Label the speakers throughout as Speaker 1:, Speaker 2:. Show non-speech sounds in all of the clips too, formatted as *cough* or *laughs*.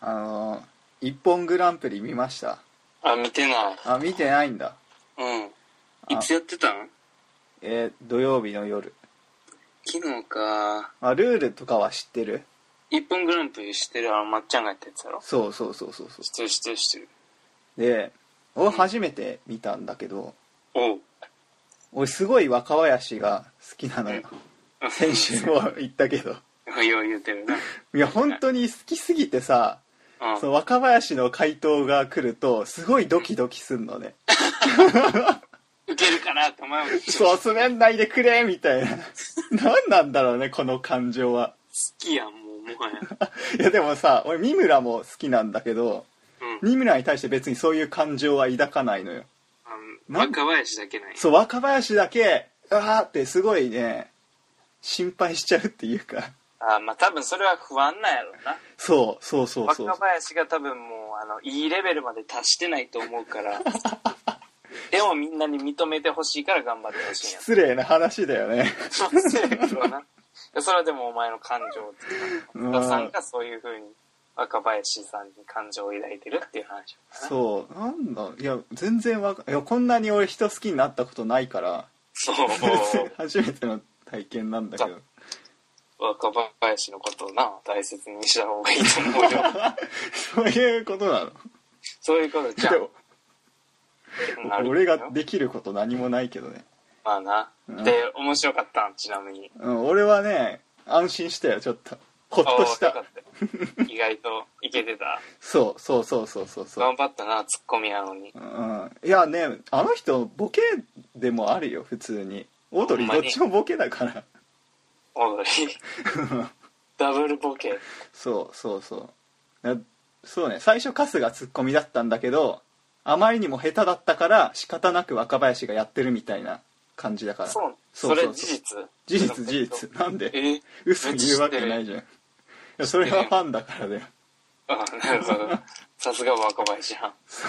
Speaker 1: あの一本グランプリ見ました
Speaker 2: あ、見てない。
Speaker 1: あ見てないんだ
Speaker 2: うん。いつやってたん
Speaker 1: えー土曜日の夜
Speaker 2: 昨日か。
Speaker 1: あルールとかは知ってる
Speaker 2: 一本グランプリしてるあの、まっちゃんがやったやつやろ
Speaker 1: そうそうそうそうそ
Speaker 2: 知ってる知ってる知ってる。
Speaker 1: うで俺初めて見たんだけど
Speaker 2: おう。
Speaker 1: 俺すごい若林が好きなのよ先
Speaker 2: *laughs*
Speaker 1: 週も言ったけど
Speaker 2: よう言うてるな。
Speaker 1: いや本当に好きすぎてさ
Speaker 2: うん。
Speaker 1: その若林の回答が来るとすごいドキドキすんのね
Speaker 2: 受けるかなって前も
Speaker 1: 「そう滑んないでくれ!」みたい
Speaker 2: *laughs*
Speaker 1: な何なんだろうねこの感情は
Speaker 2: 好きやん、もう、も
Speaker 1: *laughs*
Speaker 2: はや。
Speaker 1: いやでもさ俺三村も好きなんだけど
Speaker 2: うん。
Speaker 1: 三村に対して別にそういう感情は抱かないのよ
Speaker 2: あの
Speaker 1: なん
Speaker 2: 若林だけない。
Speaker 1: そう若林だけ「ああ」ってすごいね心配しちゃうっていうか
Speaker 2: あ、まあ多分それは不安なんやろうな。
Speaker 1: そうそうそうそう
Speaker 2: 若林が多分もう、あの、いいレベルまで達してないと思
Speaker 1: *laughs*
Speaker 2: うから。でもみんなに認めてほしいから頑張ってほしいんや
Speaker 1: 失礼な話だよね
Speaker 2: そうそうな。いやそれはでもお前の感情って
Speaker 1: う
Speaker 2: い
Speaker 1: ん
Speaker 2: うか、さんがそういうふうに若林さんに感情を抱いてるっていう話かな。
Speaker 1: そうなんだいや全然わかいやこんなに俺人好きになったことないから
Speaker 2: そう。
Speaker 1: 初めての体験なんだけど
Speaker 2: 若林のことをな、大切にした方がいいと思うよ。
Speaker 1: *laughs* そういうことなの
Speaker 2: そういうことじゃん
Speaker 1: で。も
Speaker 2: なるよ
Speaker 1: 俺ができること何もないけどね、
Speaker 2: まあな
Speaker 1: うん。
Speaker 2: で、面白かったんちなみに。
Speaker 1: うん、俺はね安心したよちょっとほっとし
Speaker 2: ああ
Speaker 1: た
Speaker 2: よかったよ意外といけてた。
Speaker 1: そうそうそうそう *laughs* そうそう、
Speaker 2: 頑張ったな、ツッコミやのに。
Speaker 1: うん、いやねあの人ボケでもあるよ普通にオードリー
Speaker 2: ほ
Speaker 1: ど
Speaker 2: んま
Speaker 1: っ
Speaker 2: に
Speaker 1: ちもボケだから
Speaker 2: オードリー
Speaker 1: *laughs*
Speaker 2: ダブルボケ。
Speaker 1: そうそうそうなそうね最初春日ツッコミだったんだけどあまりにも下手だったから仕方なく若林がやってるみたいな感じだから
Speaker 2: そう。
Speaker 1: そ
Speaker 2: そう
Speaker 1: そう
Speaker 2: れ
Speaker 1: そう
Speaker 2: 事実
Speaker 1: 事実事実なんで
Speaker 2: え
Speaker 1: 嘘言うわけないじゃんいやそれはファンだからだよ
Speaker 2: あなるほどさすが若林は
Speaker 1: そ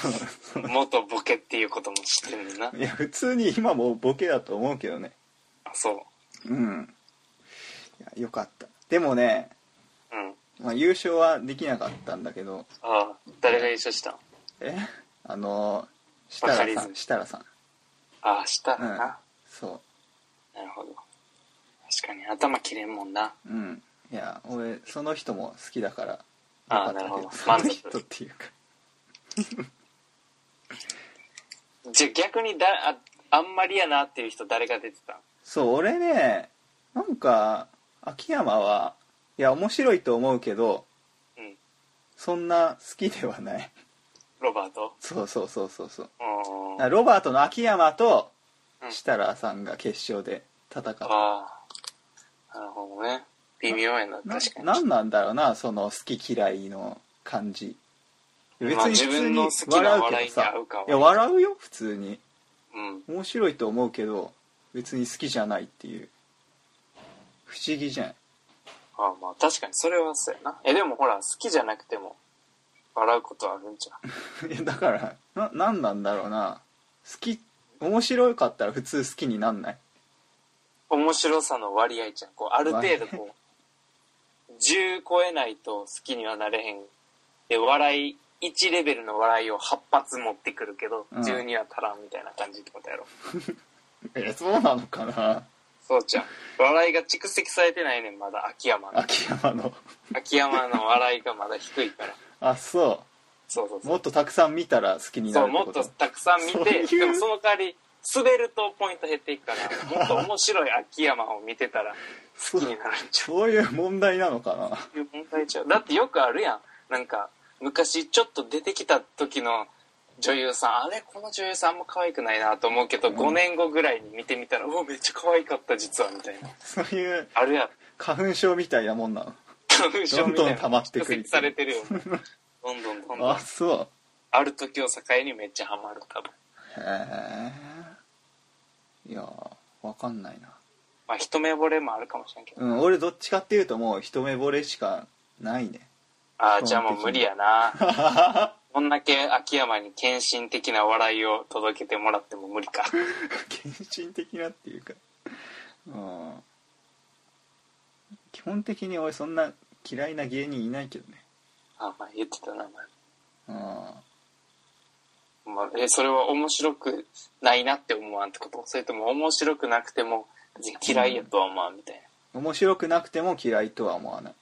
Speaker 1: う
Speaker 2: ん元ボケっていうことも知ってるんだない
Speaker 1: や普通に今もボケだと思うけどね
Speaker 2: あそ
Speaker 1: うんいやよかったでもね、
Speaker 2: ううん
Speaker 1: まあ、優勝はできなかったんだけど
Speaker 2: あ誰が優勝したん
Speaker 1: えあの設楽
Speaker 2: バ
Speaker 1: さ
Speaker 2: カリズ
Speaker 1: ん
Speaker 2: ム
Speaker 1: 設楽さん
Speaker 2: あした
Speaker 1: うん
Speaker 2: な、
Speaker 1: そ
Speaker 2: なるほど確かに頭切れんもんな
Speaker 1: ううんいや俺その人も好きだから
Speaker 2: あ
Speaker 1: よかったけ
Speaker 2: なるほど
Speaker 1: その
Speaker 2: 満
Speaker 1: 人っ
Speaker 2: 足
Speaker 1: ていうか
Speaker 2: じゃあ逆にだああんまりやなっていう人誰が出てたん
Speaker 1: そう俺ねなんか秋山はいや面白いと思うけど
Speaker 2: うん
Speaker 1: そんな好きではない *laughs*
Speaker 2: ロバート
Speaker 1: そうそうそうそうそう
Speaker 2: う
Speaker 1: だ
Speaker 2: ん
Speaker 1: からロバートの秋山と
Speaker 2: うん
Speaker 1: 設楽さんが決勝で戦った、
Speaker 2: ああなるほどね微妙やな
Speaker 1: な
Speaker 2: 確かに
Speaker 1: なんなんだろうなその好き嫌いの感じ別
Speaker 2: まあ
Speaker 1: に
Speaker 2: 自
Speaker 1: 普通
Speaker 2: 分
Speaker 1: に
Speaker 2: の好きな
Speaker 1: 笑う
Speaker 2: 笑
Speaker 1: け
Speaker 2: い
Speaker 1: ど
Speaker 2: に
Speaker 1: さ
Speaker 2: 合うかはい
Speaker 1: や笑うよ普通に
Speaker 2: うん
Speaker 1: 面白いと思うけど別に好きじゃないっていう不思議じゃん
Speaker 2: ああまあ確かにそれはそうやなえでもほら好きじゃなくても笑うことはあるんじゃ
Speaker 1: *laughs*
Speaker 2: ん
Speaker 1: いやだからな何なんだろうな好き面白かったら普通好きになんない
Speaker 2: 面白さの割合じゃんこうある程度こう10超えないと好きにはなれへんで笑い1レベルの笑いを8発持ってくるけど
Speaker 1: うん
Speaker 2: 10には足らんみたいな感じってことやろ、
Speaker 1: えそうなのかな
Speaker 2: そうじゃん笑いが蓄積されてないねんまだ秋山の
Speaker 1: 秋山の
Speaker 2: 秋山の笑いがまだ低いから
Speaker 1: あそ
Speaker 2: そうそう
Speaker 1: う
Speaker 2: そう
Speaker 1: もっとたくさん見たら好きにな
Speaker 2: そ
Speaker 1: る
Speaker 2: う
Speaker 1: って
Speaker 2: も
Speaker 1: こ
Speaker 2: っ
Speaker 1: と
Speaker 2: とたくさん見て
Speaker 1: そういう
Speaker 2: でもその代わり滑るとポイント減っていくからもっと面白い秋山を見てたら好きになるんちゃう
Speaker 1: そういう問題なのかな *laughs*
Speaker 2: そういう問題ちゃうだってよくあるやんなんか昔ちょっと出てきた時の女優さんあれこの女優さんあんま可愛くないなと思うけど、
Speaker 1: ん
Speaker 2: 5年後ぐらいに見てみたらうわめっちゃ可愛かった実はみたいな
Speaker 1: そういう
Speaker 2: あるやん
Speaker 1: 花粉症みたいなもんなの
Speaker 2: 花粉症みたいな
Speaker 1: どん
Speaker 2: *laughs*
Speaker 1: どん溜まってくる
Speaker 2: 蓄積されてるよ
Speaker 1: *laughs*
Speaker 2: もうどんどんどんどん
Speaker 1: あそ
Speaker 2: ある時を境にめっちゃハマる多分
Speaker 1: うへえいやわかんないな
Speaker 2: まあ一目惚れもあるかもしれんけど
Speaker 1: うん俺どっちかっていうともう一目惚れしかないね *laughs*
Speaker 2: あ
Speaker 1: 基本的
Speaker 2: あ
Speaker 1: に
Speaker 2: じゃあもう無理やな
Speaker 1: *laughs*
Speaker 2: こんだけ秋山に献身的な笑いを届けてもらっても無理
Speaker 1: *laughs*
Speaker 2: か
Speaker 1: 献身的なっていうかうん基本的に俺そんな嫌いな芸人いないけどね
Speaker 2: あ、まあ、言ってたな、
Speaker 1: うん
Speaker 2: まあ、え、それは面白くないなって思わんってことそれとも面白くなくても、別に嫌いやとは思わんみたい
Speaker 1: 面白くなくても嫌いとは思わない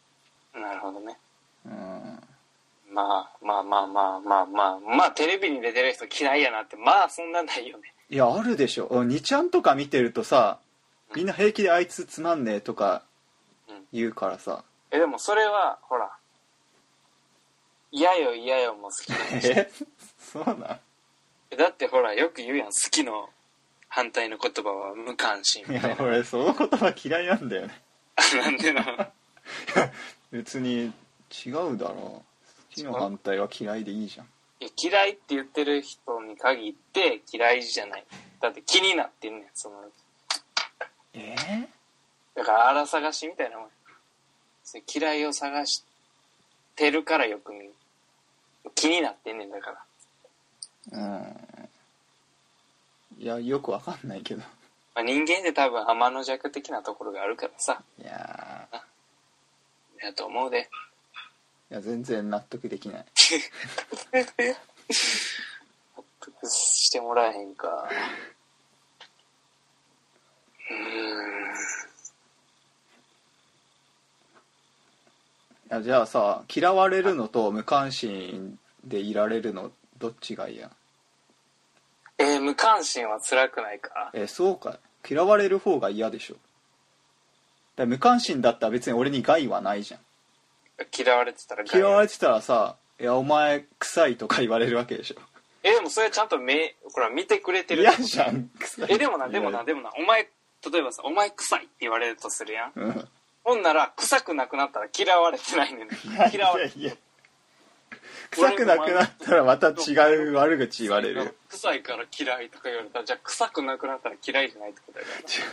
Speaker 2: な。なるほどね。
Speaker 1: うん
Speaker 2: まあ、まあまあまあまあまあ、まあ、テレビに出てる人嫌いやなって、まあ、そんなないよね。
Speaker 1: いやあるでしょ2ちゃんとか見てるとさみんな平気であいつつまんねえとか言うからさ
Speaker 2: え、でもそれは、ほら、嫌よ嫌よも好きだし
Speaker 1: えそうなん
Speaker 2: えだってほら、よく言うやん、好きの反対の言葉は無関心
Speaker 1: い
Speaker 2: みたい
Speaker 1: や俺その言葉嫌いなんだよね
Speaker 2: な。なんでな。
Speaker 1: 別に違うだろう好きの反対は嫌いでいいじゃん
Speaker 2: いや嫌いって言ってる人に限って嫌いじゃない。だって気になってんねん、その。
Speaker 1: え
Speaker 2: だから荒探しみたいなもん。それ嫌いを探してるからよく見る。気になってんねんだから。
Speaker 1: うんいやよくわかんないけど
Speaker 2: まあ、人間って多分天の弱的なところがあるからさ。
Speaker 1: いや
Speaker 2: だと思うで。
Speaker 1: ーいや全然納得できない
Speaker 2: 納得してもらえへんか。うー
Speaker 1: いやじゃあさ嫌われるのと無関心でいられるのどっちがいいや
Speaker 2: ん。えー無関心は辛くないか
Speaker 1: えそうか嫌われる方が嫌でしょだから無関心だったら別に俺に害はないじゃん
Speaker 2: 嫌われてたら
Speaker 1: 嫌わ
Speaker 2: れ
Speaker 1: れてたらさ「いやお前臭い」とか言われるわけでしょ
Speaker 2: えーでもそれちゃんと目、ほら見てくれてる。
Speaker 1: 嫌じゃん臭い
Speaker 2: え、でもな、でもな、でもな、お前、例えばさ、お前臭いって言われるとするやん。
Speaker 1: うん
Speaker 2: ほんなら、臭くなくなったら嫌われてないねん。嫌われ
Speaker 1: いやいや臭くなくなったらまた違う悪口言われる
Speaker 2: 臭いから嫌いとか言われたら、じゃあ臭くなくなったら嫌いじゃないってことや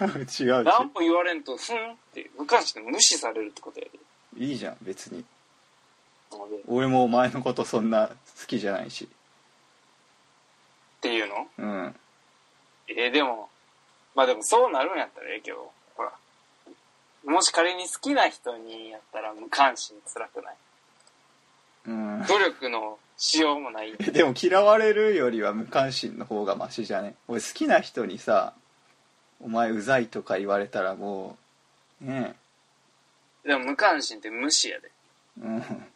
Speaker 2: からな
Speaker 1: 違う違う
Speaker 2: 何も言われんと、ふんって、無関心で無視されるってことやで。
Speaker 1: いいじゃん別に
Speaker 2: なのでっ
Speaker 1: 俺もお前のことそんな好きじゃないし
Speaker 2: ていうの
Speaker 1: うん
Speaker 2: えーでも、まあでもそうなるんやったらええけど、ほら。もし仮に好きな人にやったら無関心辛くない。
Speaker 1: うん *laughs*
Speaker 2: 努力のしようもない。
Speaker 1: でも嫌われるよりは無関心の方がマシじゃね俺好きな人にさ「お前うざい」とか言われたらもうね
Speaker 2: でも無関心って無視やで。
Speaker 1: えうん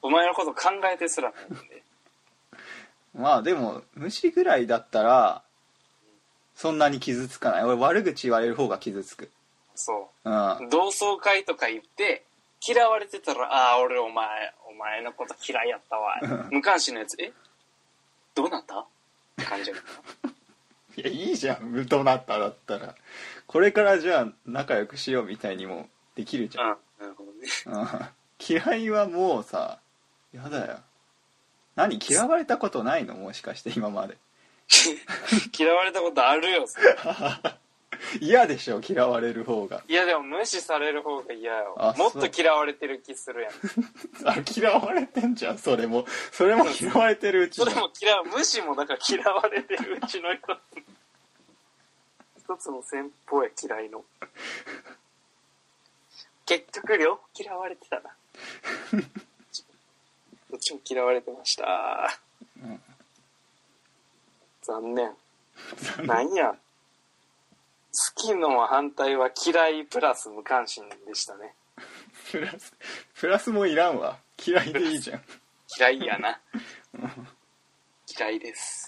Speaker 2: お前のこと考えてすらないんで。
Speaker 1: まあでも無視ぐらいだったらそんなに傷つかない俺悪口言われる方が傷つく
Speaker 2: そ
Speaker 1: うん
Speaker 2: う。同窓会とか行って、嫌われてたら、ああ、俺お前、お前のこと嫌いやったわ。無関心のやつ、えどうなったって感じやから
Speaker 1: *laughs* いやいいじゃんどなっただったらこれからじゃあ仲良くしようみたいにもでき *laughs* るじゃん、
Speaker 2: うん、なるほどね。
Speaker 1: うん、嫌いはもうさやだよ何嫌われたことないのもしかして今まで
Speaker 2: 嫌われたことあるよ、それ
Speaker 1: 嫌でしょ嫌われる方が
Speaker 2: いや、でも無視される方が嫌よ
Speaker 1: あ。
Speaker 2: もっ
Speaker 1: そ
Speaker 2: と
Speaker 1: う
Speaker 2: 嫌われてる気するやん。
Speaker 1: あ嫌われてんじゃんそれもそれも嫌われてるうち
Speaker 2: そ
Speaker 1: じ *laughs*
Speaker 2: れ
Speaker 1: ゃん
Speaker 2: も嫌う、無視もだから嫌われてるうちの一つ。一つの戦法や、嫌いの。結局、両方嫌われてたな。どっちも嫌われてました。
Speaker 1: うん
Speaker 2: 残念。なんや。好きの反対は嫌いプラス無関心でしたね。
Speaker 1: プラスプラスもいらんわ嫌いでいいじゃん
Speaker 2: 嫌いやな。嫌いです。